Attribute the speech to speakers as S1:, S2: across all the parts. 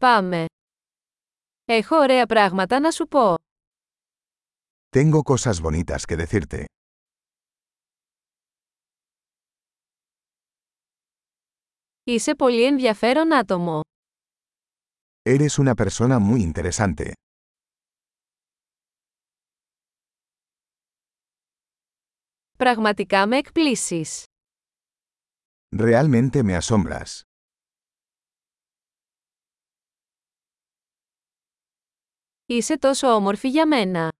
S1: Πάμε. Έχω ωραία πράγματα να σου πω.
S2: Tengo cosas bonitas que decirte.
S1: Είσαι πολύ ενδιαφέρον άτομο.
S2: Eres una persona muy interesante.
S1: Πραγματικά με εκπλήσεις.
S2: Realmente me asombras.
S1: Είσαι τόσο όμορφη για μένα.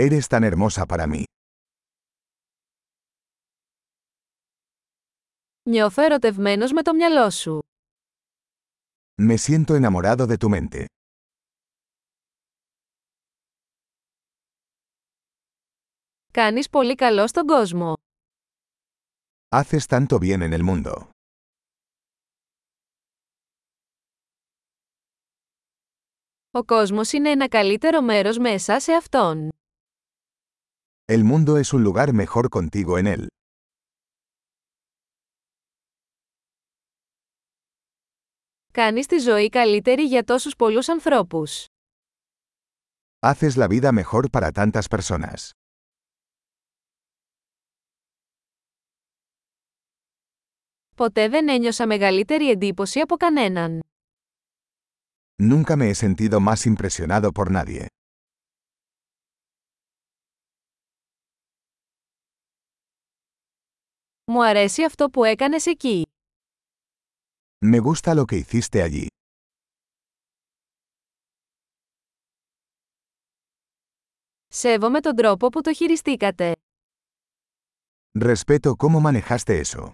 S2: Eres tan hermosa para mí.
S1: Νιώθω ερωτευμένος με το μυαλό σου.
S2: Me siento enamorado de tu mente.
S1: Κάνεις πολύ καλό στον κόσμο.
S2: Haces tanto bien en el mundo.
S1: Ο κόσμος είναι ένα καλύτερο μέρος μέσα σε αυτόν.
S2: El mundo es un lugar mejor contigo en él.
S1: Κάνεις τη ζωή καλύτερη για τόσους πολλούς ανθρώπους.
S2: Haces la vida mejor para tantas personas.
S1: Ποτέ δεν ένιωσα μεγαλύτερη εντύπωση από κανέναν.
S2: Nunca me he sentido más impresionado por nadie.
S1: Μου αρέσει αυτό που έκανες εκεί.
S2: Me gusta lo que hiciste allí.
S1: Σέβομαι τον τρόπο που το χειριστήκατε.
S2: Respeto cómo manejaste eso.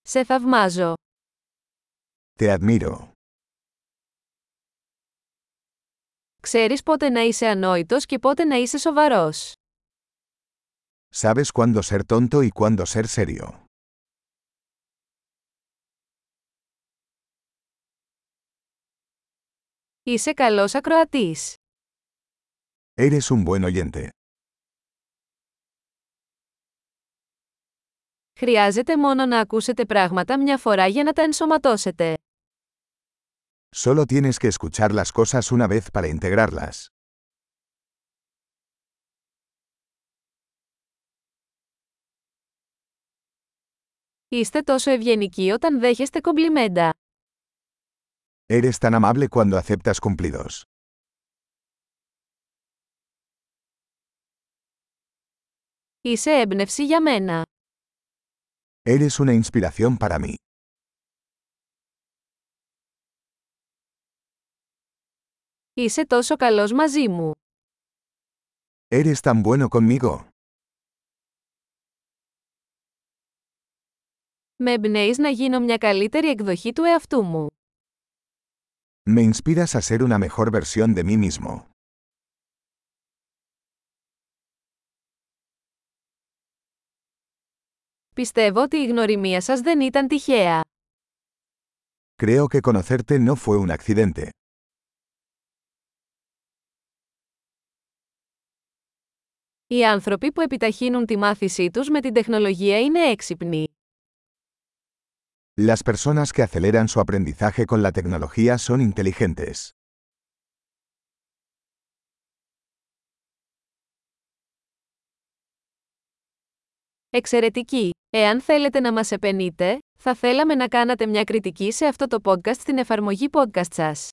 S1: Σε θαυμάζω.
S2: Te admiro.
S1: Ξέρεις πότε να είσαι ανόητος και πότε να είσαι σοβαρός.
S2: Sabes cuándo ser tonto y cuándo ser serio.
S1: Είσαι καλός ακροατής.
S2: Eres un buen oyente.
S1: Χρειάζεται μόνο να ακούσετε πράγματα μια φορά για να τα ενσωματώσετε.
S2: Solo tienes que escuchar las cosas una vez para integrarlas.
S1: Είστε τόσο ευγενικοί όταν δέχεστε κομπλιμέντα.
S2: Eres tan amable cuando aceptas cumplidos.
S1: Είσαι έμπνευση για μένα.
S2: Eres una inspiración para mí.
S1: Είσαι τόσο καλός μαζί μου.
S2: Eres tan bueno conmigo.
S1: Με εμπνέεις να γίνω μια καλύτερη εκδοχή του εαυτού μου.
S2: Me inspiras a ser una mejor versión de mí mismo.
S1: Πιστεύω ότι η γνωριμία σας δεν ήταν τυχαία.
S2: Creo que conocerte no fue un accidente.
S1: Οι άνθρωποι που επιταχύνουν τη μάθησή τους με την τεχνολογία είναι έξυπνοι.
S2: Las personas que aceleran su aprendizaje con la tecnología son inteligentes.
S1: Εξαιρετική! Εάν θέλετε να μας επενείτε, θα θέλαμε να κάνατε μια κριτική σε αυτό το podcast στην εφαρμογή podcast σας.